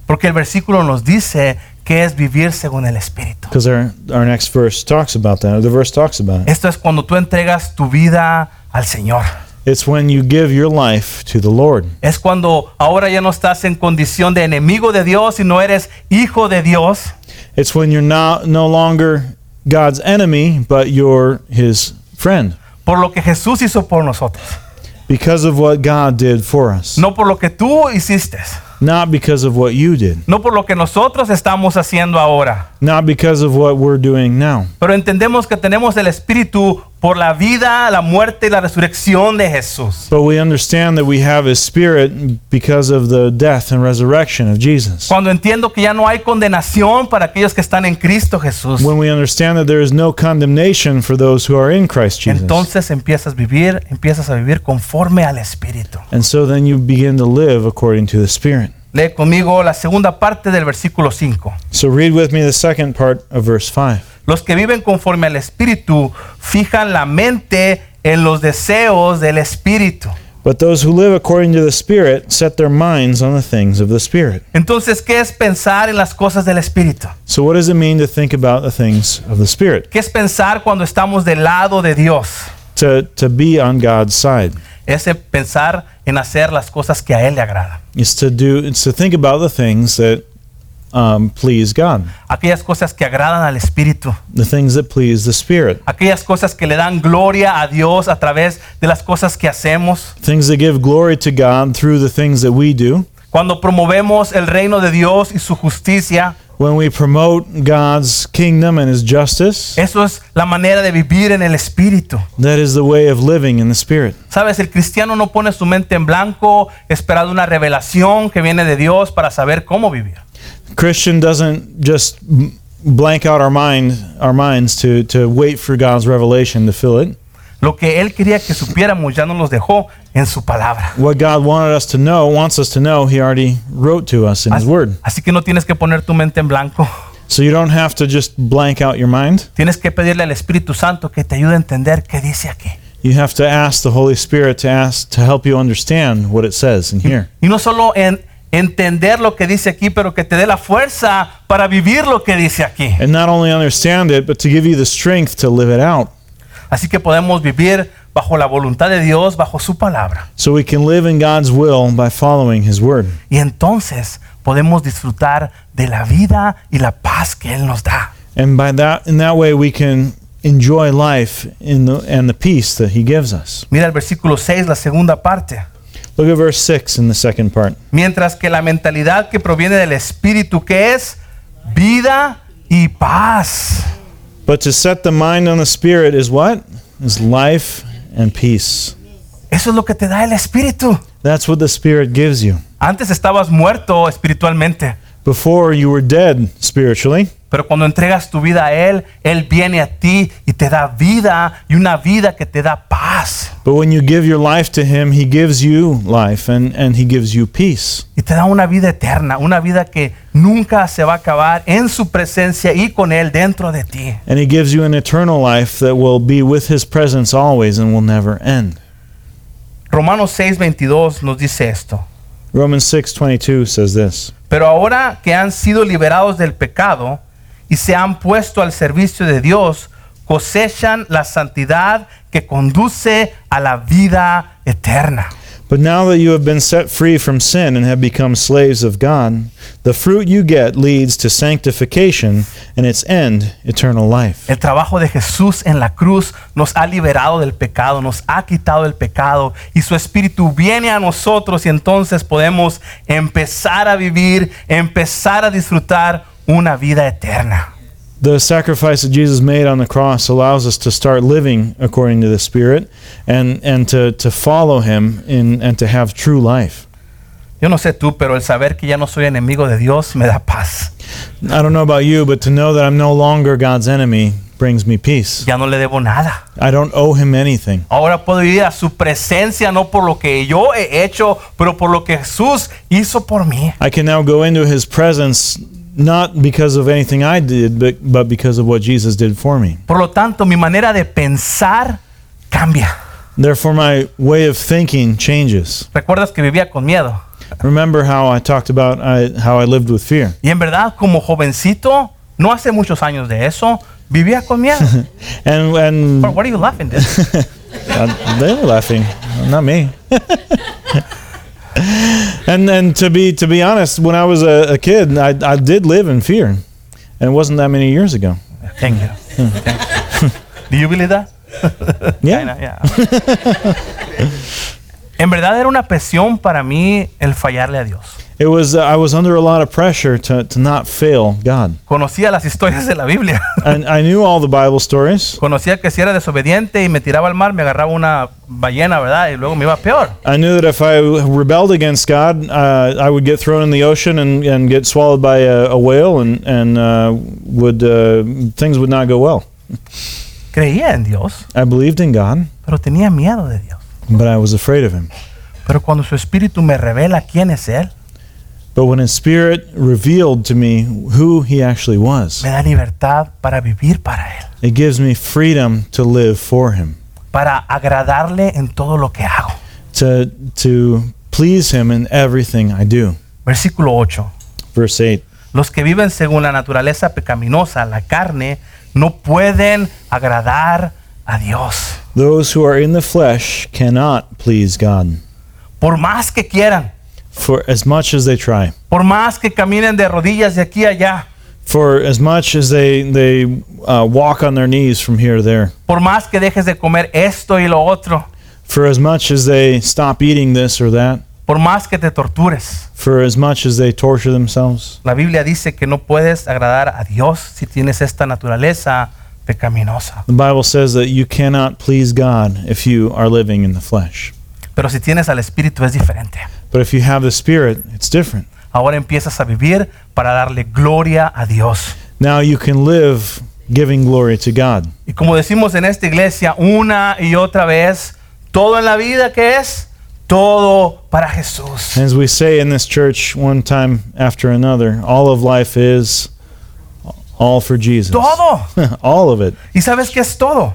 [SPEAKER 1] Porque el versículo nos dice que es vivir según el Espíritu.
[SPEAKER 2] Because our, our next verse talks about that, or the verse talks about it.
[SPEAKER 1] Esto es cuando tú entregas tu vida al Señor.
[SPEAKER 2] It's when you give your life to the Lord.
[SPEAKER 1] Es cuando ahora ya no estás en condición de enemigo de Dios, sino eres hijo de Dios.
[SPEAKER 2] It's when you're not no longer God's enemy, but you're his friend
[SPEAKER 1] Por lo que Jesús hizo por nosotros.
[SPEAKER 2] because of what God did for us,
[SPEAKER 1] No por lo que tú hiciste.
[SPEAKER 2] not because of what you did,
[SPEAKER 1] No por lo que nosotros estamos haciendo ahora.
[SPEAKER 2] not because of what we're doing now.
[SPEAKER 1] Pero entendemos que tenemos el Espíritu por la vida, la muerte y la resurrección de Jesús.
[SPEAKER 2] But we understand that we have his spirit because of the death and resurrection of Jesus.
[SPEAKER 1] Cuando entiendo que ya no hay condenación para aquellos que están en Cristo Jesús,
[SPEAKER 2] When we understand that there is no condemnation for those who are in Christ Jesus.
[SPEAKER 1] entonces empiezas a vivir, empiezas a vivir conforme al Espíritu.
[SPEAKER 2] And so then you begin to live according to the spirit.
[SPEAKER 1] Lee conmigo la segunda parte del versículo 5.
[SPEAKER 2] So read with me the second part of verse 5.
[SPEAKER 1] Los que viven conforme al Espíritu fijan la mente en los deseos del Espíritu.
[SPEAKER 2] But those who live according to the spirit set their minds on the things of the spirit.
[SPEAKER 1] Entonces, ¿qué es pensar en las cosas del Espíritu?
[SPEAKER 2] So, what does it mean to think about the things of the Spirit?
[SPEAKER 1] ¿Qué es pensar cuando estamos del lado de Dios?
[SPEAKER 2] To, to be on God's side
[SPEAKER 1] Es el pensar en hacer las cosas que a Él le agradan.
[SPEAKER 2] is to do. It's to think about the things that um, please God,
[SPEAKER 1] Aquellas cosas que agradan al Espíritu.
[SPEAKER 2] the things that please the Spirit,
[SPEAKER 1] Aquellas cosas que le dan gloria a Dios a través de las cosas que hacemos.
[SPEAKER 2] things that give glory to God through the things that we do.
[SPEAKER 1] Cuando promovemos el reino de Dios y su justicia.
[SPEAKER 2] When we promote God's kingdom and His justice,
[SPEAKER 1] Eso es la manera de vivir en el Espíritu.
[SPEAKER 2] that is the way of living in the Spirit.
[SPEAKER 1] Sabes, el cristiano no pone su mente en blanco esperando una revelación que viene de Dios para saber cómo vivir.
[SPEAKER 2] Christian doesn't just m- blank out our mind, our minds to to wait for God's revelation to fill it.
[SPEAKER 1] Lo que él quería que supiéramos ya nos los dejó en su palabra.
[SPEAKER 2] what God wanted us to know, wants us to know, He already wrote to us in His
[SPEAKER 1] Así,
[SPEAKER 2] Word.
[SPEAKER 1] así que no tienes que poner tu mente en blanco.
[SPEAKER 2] So you don't have to just blank out your mind.
[SPEAKER 1] Tienes que pedirle al Espíritu Santo que te ayude a entender qué dice aquí.
[SPEAKER 2] You have to ask the Holy Spirit to ask to help you understand what it says in here.
[SPEAKER 1] Y no solo en entender lo que dice aquí, pero que te dé la fuerza para vivir lo que dice aquí.
[SPEAKER 2] And not only understand it, but to give you the strength to live it out.
[SPEAKER 1] Así que podemos vivir bajo la voluntad de Dios, bajo su palabra.
[SPEAKER 2] So we can live in God's will by following His Word.
[SPEAKER 1] Y entonces podemos disfrutar de la vida y la paz que Él nos da.
[SPEAKER 2] And by that in that way we can enjoy life in the, and the peace that He gives us.
[SPEAKER 1] Mira el versículo 6, la segunda parte.
[SPEAKER 2] Look at verse 6 in the second part.
[SPEAKER 1] Mientras que la mentalidad que proviene del Espíritu, que es vida y paz.
[SPEAKER 2] But to set the mind on the Spirit is what? Is life and peace.
[SPEAKER 1] Eso es lo que te da el Espíritu.
[SPEAKER 2] That's what the Spirit gives you.
[SPEAKER 1] Antes estabas muerto espiritualmente,
[SPEAKER 2] Before you were dead spiritually,
[SPEAKER 1] pero cuando entregas tu vida a Él, Él viene a ti y te da vida y una vida que te da paz
[SPEAKER 2] but when you give your life to Him, He gives you life and, and He gives you peace.
[SPEAKER 1] y te da una vida eterna, una vida que nunca se va a acabar en su presencia y con Él dentro de ti.
[SPEAKER 2] And He gives you an eternal life that will be with His presence always and will never end.
[SPEAKER 1] Romanos 6:22 nos dice esto.
[SPEAKER 2] Romans 6:22 says this.
[SPEAKER 1] Pero ahora que han sido liberados del pecado y se han puesto al servicio de Dios, cosechan la santidad que conduce a la vida eterna.
[SPEAKER 2] But now that you have been set free from sin and have become slaves of God, the fruit you get leads to sanctification and its end, eternal life.
[SPEAKER 1] El trabajo de Jesús en la cruz nos ha liberado del pecado, nos ha quitado el pecado y su espíritu viene a nosotros y entonces podemos empezar a vivir, empezar a disfrutar una vida eterna.
[SPEAKER 2] The sacrifice that Jesus made on the cross allows us to start living according to the Spirit and, and to, to follow Him in, and to have true life.
[SPEAKER 1] Yo no sé tú, pero el saber que ya no soy enemigo de Dios me da paz.
[SPEAKER 2] I don't know about you, but to know that I'm no longer God's enemy brings me peace.
[SPEAKER 1] Ya no le debo nada.
[SPEAKER 2] I don't owe Him anything.
[SPEAKER 1] Ahora puedo ir a su presencia no por lo que yo he hecho, pero por lo que Jesús hizo por mí.
[SPEAKER 2] I can now go into his presence not because of anything I did, but, but because of what Jesus did for me.
[SPEAKER 1] Por lo tanto, mi manera de pensar cambia.
[SPEAKER 2] Therefore, my way of thinking changes.
[SPEAKER 1] ¿Recuerdas que vivía con miedo?
[SPEAKER 2] Remember how I talked about I, how I lived with fear.
[SPEAKER 1] Y en verdad, como jovencito, no hace muchos años de eso, vivía con miedo.
[SPEAKER 2] And, and
[SPEAKER 1] What are you laughing at?
[SPEAKER 2] uh, they're laughing, not me. and and to be to be honest, when I was a, a kid, I, I did live in fear, and it wasn't that many years ago.
[SPEAKER 1] Thank you. Do you believe that?
[SPEAKER 2] Yeah,
[SPEAKER 1] Yeah. en verdad era una presión para mí el fallarle a Dios.
[SPEAKER 2] it was. Uh, I was under a lot of pressure to, to not fail God.
[SPEAKER 1] Conocía las historias de la Biblia.
[SPEAKER 2] and I knew all the Bible stories.
[SPEAKER 1] Conocía que si era desobediente y me tiraba al mar, me agarraba una ballena, ¿verdad? Y luego me iba peor.
[SPEAKER 2] I knew that if I rebelled against God, uh, I would get thrown in the ocean and, and get swallowed by a, a whale, and and uh, would uh, things would not go well.
[SPEAKER 1] Creía en Dios,
[SPEAKER 2] I believed in God,
[SPEAKER 1] pero tenía miedo de Dios.
[SPEAKER 2] but I was afraid of Him.
[SPEAKER 1] Pero cuando su espíritu me revela quién es Él,
[SPEAKER 2] But when His Spirit revealed to me who He actually was,
[SPEAKER 1] me da libertad para vivir para Él,
[SPEAKER 2] it gives me freedom to live for Him,
[SPEAKER 1] para agradarle en todo lo que hago.
[SPEAKER 2] to to please Him in everything I do.
[SPEAKER 1] Versículo 8.
[SPEAKER 2] Verse eight.
[SPEAKER 1] Los que viven según la naturaleza pecaminosa, la carne, no pueden agradar a Dios.
[SPEAKER 2] Those who are in the flesh cannot please God,
[SPEAKER 1] Por más que quieran,
[SPEAKER 2] for as much as they try.
[SPEAKER 1] por más que caminen de rodillas de aquí a allá,
[SPEAKER 2] For as much as they they uh, walk on their knees from here to there,
[SPEAKER 1] por más que dejes de comer esto y lo otro,
[SPEAKER 2] for as much as they stop eating this or that,
[SPEAKER 1] por más que te tortures.
[SPEAKER 2] for as much as they torture themselves,
[SPEAKER 1] La Biblia dice que no puedes agradar a Dios si tienes esta naturaleza pecaminosa.
[SPEAKER 2] the Bible says that you cannot please God if you are living in the flesh.
[SPEAKER 1] Pero si tienes al Espíritu es diferente.
[SPEAKER 2] But if you have the Spirit, it's different.
[SPEAKER 1] Ahora empiezas a vivir para darle gloria a Dios.
[SPEAKER 2] Now you can live giving glory to God.
[SPEAKER 1] Y como decimos en esta iglesia una y otra vez, todo en la vida que es todo para Jesús.
[SPEAKER 2] As we say in this church one time after another, all of life is all for Jesus.
[SPEAKER 1] Todo.
[SPEAKER 2] all of it.
[SPEAKER 1] ¿Y sabes qué es todo?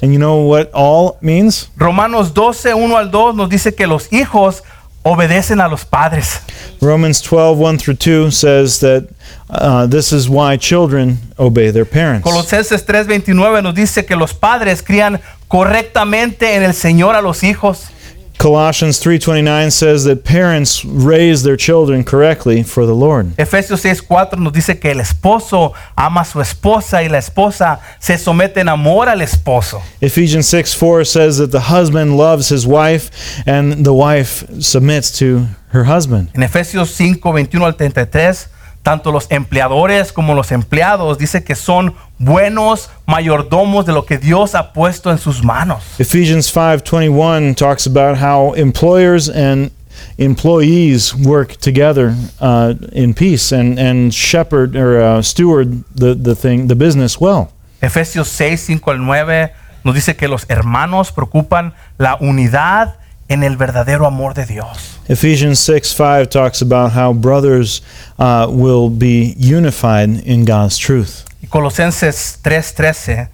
[SPEAKER 2] And you know what all means?
[SPEAKER 1] Romanos 12, 1 al 2 nos dice que los hijos obedecen a los padres.
[SPEAKER 2] Romans 12, 1 through 2 says that uh, this is why children obey their parents.
[SPEAKER 1] Colosenses 3, 29 nos dice que los padres crían correctamente en el Señor a los hijos.
[SPEAKER 2] Colossians 3:29 says that parents raise their children correctly for the Lord.
[SPEAKER 1] Efesios 6:4 nos dice que el esposo ama a su esposa y la esposa se somete en amor al esposo.
[SPEAKER 2] Ephesians 6 4 says that the husband loves his wife and the wife submits to her husband.
[SPEAKER 1] En Efesios 5, 21 al 33, tanto los empleadores como los empleados dice que son buenos mayordomos de lo que Dios ha puesto en sus manos.
[SPEAKER 2] Ephesians 5 21 talks about how employers and employees work together uh, in peace and, and shepherd or uh, steward the, the thing the business well.
[SPEAKER 1] Efesios 6, 5 al 9 nos dice que los hermanos preocupan la unidad en el verdadero amor de Dios.
[SPEAKER 2] Ephesians 6 5 talks about how brothers uh, will be unified in God's truth.
[SPEAKER 1] Y Colosenses 3:13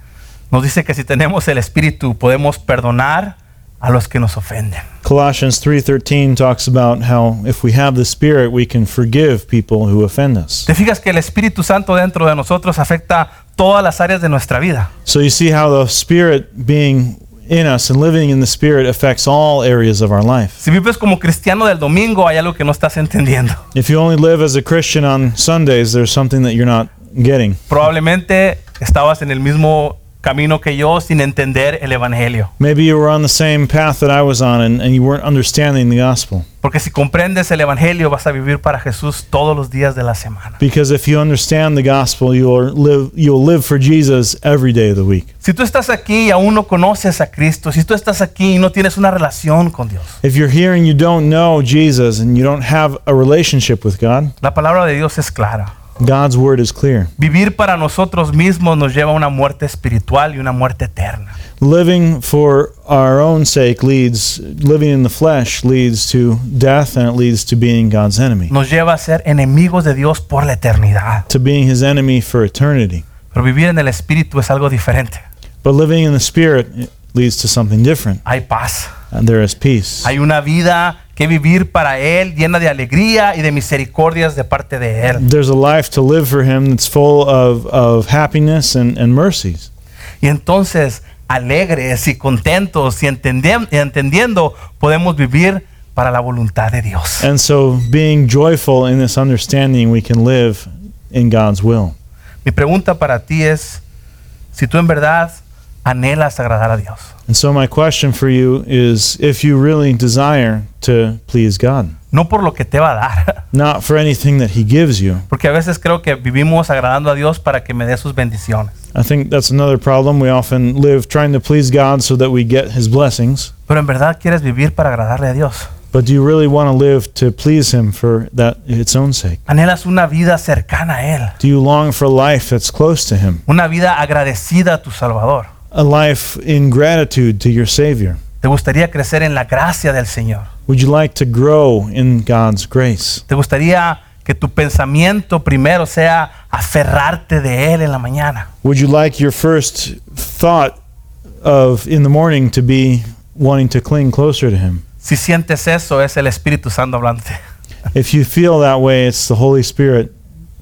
[SPEAKER 1] nos dice que si tenemos el Espíritu podemos perdonar a los que nos ofenden.
[SPEAKER 2] Colossians 3:13 talks about how if we have the spirit we can forgive people who offend us.
[SPEAKER 1] ¿Te fijas que el Espíritu Santo dentro de nosotros afecta todas las áreas de nuestra vida?
[SPEAKER 2] So you see how the spirit being in us and living in the spirit affects all areas of our life.
[SPEAKER 1] Si vives como cristiano del domingo, hay algo que no estás entendiendo.
[SPEAKER 2] If you only live as a Christian on Sundays there's something that you're not getting.
[SPEAKER 1] Probablemente estabas en el mismo camino que yo sin entender el Evangelio.
[SPEAKER 2] Maybe you were on the same path that I was on and, and you weren't understanding the gospel.
[SPEAKER 1] Porque si comprendes el Evangelio, vas a vivir para Jesús todos los días de la semana.
[SPEAKER 2] Because if you understand the gospel, you'll live you'll live for Jesus every day of the week.
[SPEAKER 1] Si tú estás aquí y aún no conoces a Cristo, si tú estás aquí y no tienes una relación con Dios,
[SPEAKER 2] If you're here and you don't know Jesus and you don't have a relationship with God,
[SPEAKER 1] la palabra de Dios es clara.
[SPEAKER 2] God's word is clear.
[SPEAKER 1] Vivir para nosotros mismos nos lleva a una muerte espiritual y una muerte eterna.
[SPEAKER 2] Living for our own sake leads living in the flesh leads to death and it leads to being God's enemy,
[SPEAKER 1] Nos lleva a ser enemigos de Dios por la eternidad.
[SPEAKER 2] to being his enemy for eternity.
[SPEAKER 1] Pero vivir en el Espíritu es algo diferente.
[SPEAKER 2] But living in the spirit leads to something different.
[SPEAKER 1] Hay paz.
[SPEAKER 2] And there is peace.
[SPEAKER 1] Hay una vida que vivir para Él llena de alegría y de misericordias de parte de Él.
[SPEAKER 2] There's a life to live for him that's full of, of happiness and, and mercies.
[SPEAKER 1] Y entonces, alegres y contentos y, entendem- y entendiendo, podemos vivir para la voluntad de Dios.
[SPEAKER 2] And so, being joyful in this understanding, we can live in God's will.
[SPEAKER 1] Mi pregunta para ti es, si tú en verdad anhelas agradar a Dios,
[SPEAKER 2] And so, my question for you is if you really desire to please God,
[SPEAKER 1] no por lo que te va a dar,
[SPEAKER 2] not for anything that He gives you.
[SPEAKER 1] porque a veces creo que vivimos agradando a Dios para que me dé sus bendiciones.
[SPEAKER 2] I think that's another problem. We often live trying to please God so that we get His blessings.
[SPEAKER 1] Pero en verdad quieres vivir para agradarle a Dios.
[SPEAKER 2] But do you really want to live to please Him for that its own sake?
[SPEAKER 1] Anhelas una vida cercana a Él,
[SPEAKER 2] Do you long for life that's close to Him,
[SPEAKER 1] una vida agradecida a tu Salvador.
[SPEAKER 2] a life in gratitude to your Savior?
[SPEAKER 1] ¿Te gustaría crecer en la gracia del Señor?
[SPEAKER 2] Would you like to grow in God's grace?
[SPEAKER 1] ¿Te gustaría que tu pensamiento primero sea aferrarte de Él en la mañana?
[SPEAKER 2] Would you like your first thought of in the morning to be wanting to cling closer to Him?
[SPEAKER 1] Si sientes eso, es el Espíritu Santo hablándote.
[SPEAKER 2] If you feel that way, it's the Holy Spirit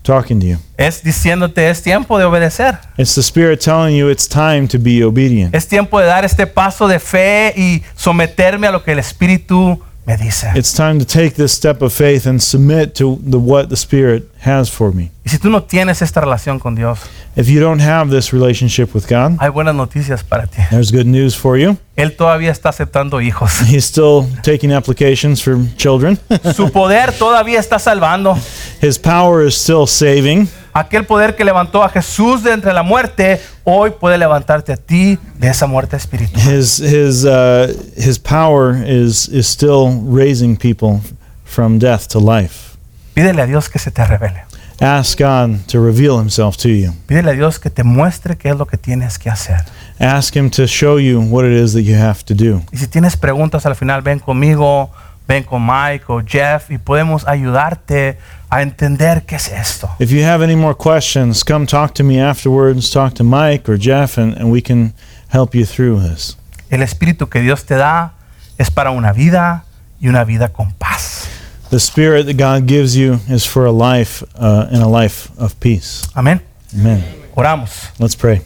[SPEAKER 2] talking to you.
[SPEAKER 1] Es diciéndote, es tiempo de obedecer.
[SPEAKER 2] It's the Spirit telling you it's time to be obedient.
[SPEAKER 1] Es tiempo de dar este paso de fe y someterme a lo que el Espíritu me dice.
[SPEAKER 2] It's time to take this step of faith and submit to the what the Spirit has for me.
[SPEAKER 1] Y si tú no tienes esta relación con Dios,
[SPEAKER 2] If you don't have this relationship with God,
[SPEAKER 1] hay buenas noticias para ti.
[SPEAKER 2] there's good news for you.
[SPEAKER 1] Él todavía está aceptando hijos.
[SPEAKER 2] He's still taking applications for children.
[SPEAKER 1] Su poder todavía está salvando.
[SPEAKER 2] His power is still saving.
[SPEAKER 1] Aquel poder que levantó a Jesús de entre la muerte, hoy puede levantarte a ti de esa muerte espiritual.
[SPEAKER 2] his his uh, his power is is still raising people from death to life.
[SPEAKER 1] Pídele a Dios que se te revele.
[SPEAKER 2] Ask God to reveal Himself to you.
[SPEAKER 1] Pídele a Dios que te muestre qué es lo que tienes que hacer.
[SPEAKER 2] Ask Him to show you what it is that you have to do.
[SPEAKER 1] Y si tienes preguntas al final, ven conmigo, ven con Mike o Jeff y podemos ayudarte a entender qué es esto.
[SPEAKER 2] If you have any more questions, come talk to me afterwards. Talk to Mike or Jeff, and, and we can help you through this.
[SPEAKER 1] El espíritu que Dios te da es para una vida y una vida con paz.
[SPEAKER 2] The spirit that God gives you is for a life uh, and a life of peace.
[SPEAKER 1] Amén.
[SPEAKER 2] Amen.
[SPEAKER 1] Oramos.
[SPEAKER 2] Let's pray.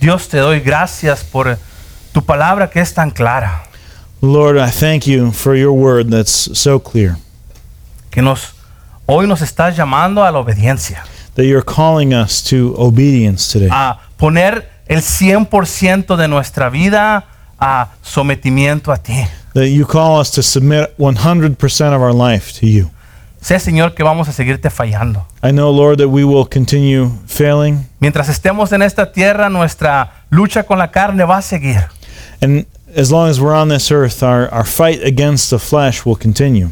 [SPEAKER 1] Dios te doy gracias por tu palabra que es tan clara,
[SPEAKER 2] Lord, I thank you for your word that's so clear,
[SPEAKER 1] que nos hoy nos estás llamando a la obediencia,
[SPEAKER 2] that you're calling us to obedience today,
[SPEAKER 1] a poner el 100% de nuestra vida a sometimiento a ti.
[SPEAKER 2] that you call us to submit 100% of our life to you.
[SPEAKER 1] Sé, Señor, que vamos a seguirte fallando.
[SPEAKER 2] I know, Lord, that we will continue failing,
[SPEAKER 1] Mientras estemos en esta tierra, nuestra lucha con la carne va a seguir.
[SPEAKER 2] and as long as we're on this earth, our, our fight against the flesh will continue.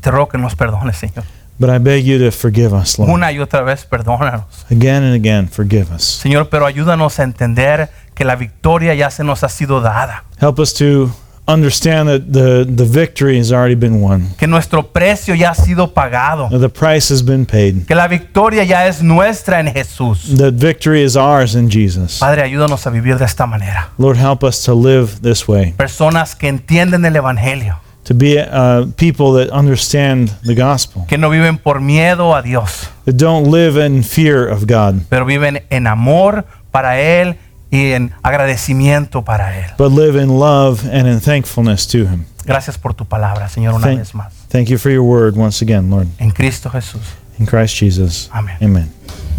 [SPEAKER 1] Te ruego que nos perdones, Señor.
[SPEAKER 2] But I beg you to forgive us, Lord.
[SPEAKER 1] Una y otra vez, perdónanos.
[SPEAKER 2] Again and again, forgive us.
[SPEAKER 1] Señor, pero ayúdanos a entender que la victoria ya se nos ha sido dada.
[SPEAKER 2] Help us to understand that the, the victory has already been won,
[SPEAKER 1] Que nuestro precio ya ha sido pagado.
[SPEAKER 2] that the price has been paid,
[SPEAKER 1] Que la victoria ya es nuestra en Jesús.
[SPEAKER 2] that victory is ours in Jesus.
[SPEAKER 1] Padre, ayúdanos a vivir de esta manera.
[SPEAKER 2] Lord, help us to live this way,
[SPEAKER 1] Personas que entienden el Evangelio.
[SPEAKER 2] to be uh, people that understand the gospel,
[SPEAKER 1] Que no viven por miedo a Dios,
[SPEAKER 2] that don't live in fear of God,
[SPEAKER 1] pero viven en amor para Él y en agradecimiento para Él.
[SPEAKER 2] but live in love and in thankfulness to Him.
[SPEAKER 1] Gracias por tu palabra, Señor, una
[SPEAKER 2] Thank-
[SPEAKER 1] vez más.
[SPEAKER 2] Thank you for your word once again, Lord.
[SPEAKER 1] En Cristo Jesús.
[SPEAKER 2] In Christ Jesus.
[SPEAKER 1] Amen.
[SPEAKER 2] Amen.